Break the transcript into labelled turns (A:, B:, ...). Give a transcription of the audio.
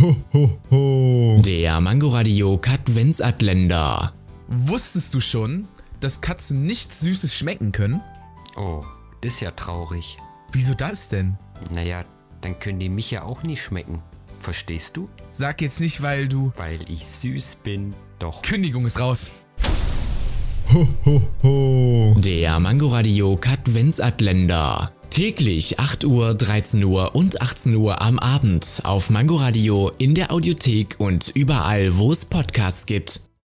A: Ho, ho, ho.
B: Der Mangoradio Katwensatländer.
C: Wusstest du schon, dass Katzen nichts Süßes schmecken können?
D: Oh, ist ja traurig.
C: Wieso das denn?
D: Naja, dann können die mich ja auch nicht schmecken. Verstehst du?
C: Sag jetzt nicht, weil du.
D: Weil ich süß bin. Doch.
C: Kündigung ist raus.
A: Ho, ho, ho.
B: Der Mangoradio Katwensatländer. Täglich 8 Uhr, 13 Uhr und 18 Uhr am Abend auf Mangoradio in der Audiothek und überall, wo es Podcasts gibt.